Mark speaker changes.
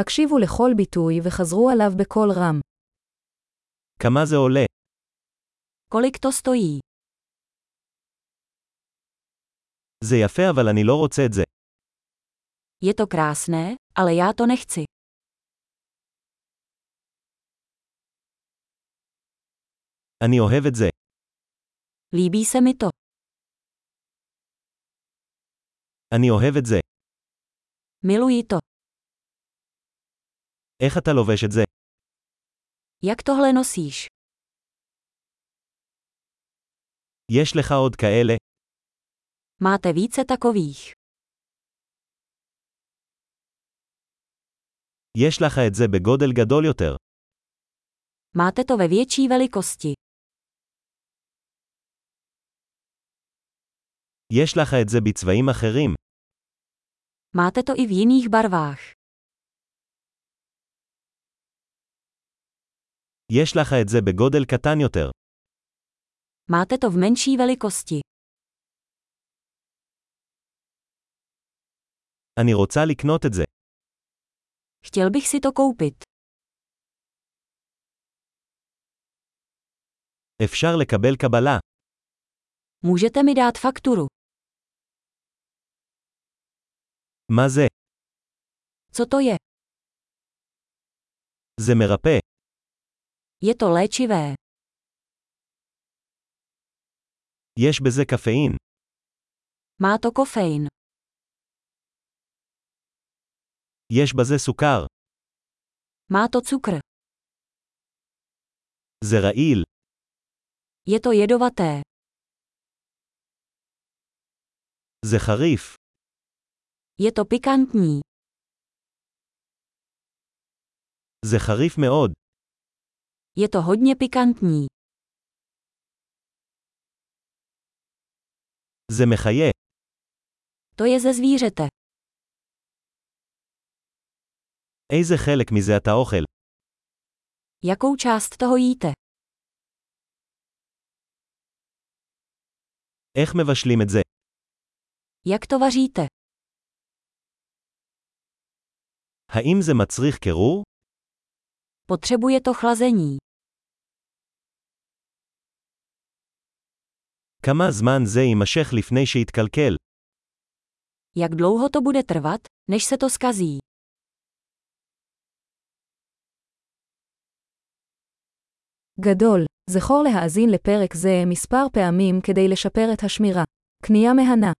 Speaker 1: הקשיבו לכל ביטוי וחזרו עליו בקול רם.
Speaker 2: כמה זה עולה?
Speaker 1: Kolik to stojí?
Speaker 2: זה יפה אבל אני לא רוצה את זה.
Speaker 1: Je to krásné, ale já to nechci.
Speaker 2: אני אוהב את זה.
Speaker 1: Líbí se mi to.
Speaker 2: אני אוהב את זה.
Speaker 1: Miluji to.
Speaker 2: איך אתה לובש את זה?
Speaker 1: Jak tohle nosíš?
Speaker 2: יש לך עוד כאלה?
Speaker 1: Máte více takových.
Speaker 2: יש לך את זה בגודל גדול יותר.
Speaker 1: Máte to ve větší velikosti.
Speaker 2: יש לך את זה בצבעים אחרים.
Speaker 1: Máte to i v jiných barvách.
Speaker 2: יש לך את זה בגודל קטן יותר.
Speaker 1: Máte to v menší velikosti.
Speaker 2: אני רוצה לקנות את זה.
Speaker 1: Chtěl bych si to koupit.
Speaker 2: אפשר לקבל קבלה.
Speaker 1: Můžete mi dát fakturu.
Speaker 2: מה זה?
Speaker 1: Co to je?
Speaker 2: זה מרפא.
Speaker 1: Je to léčivé.
Speaker 2: יש בזה קפאין.
Speaker 1: Má to kofein.
Speaker 2: יש בזה סוכר.
Speaker 1: Má to cukr.
Speaker 2: זה רעיל.
Speaker 1: Je to jedovaté.
Speaker 2: זה חריף.
Speaker 1: Je to pikantní.
Speaker 2: זה חריף מאוד.
Speaker 1: Je to hodně pikantní.
Speaker 2: זה מחיה.
Speaker 1: To je ze zvířete.
Speaker 2: איזה חלק מזה אתה אוכל?
Speaker 1: Jakou část toho jíte?
Speaker 2: איך מבשלים את זה?
Speaker 1: Jak to vaříte?
Speaker 2: האם זה מצריך קירור?
Speaker 1: Potřebuje to chlazení.
Speaker 2: כמה זמן זה יימשך לפני שיתקלקל?
Speaker 1: Jak dlouho to bude trvat, než se to skazí?
Speaker 3: גדול, זכור להאזין לפרק זה מספר פעמים כדי לשפר את השמירה. קנייה מהנה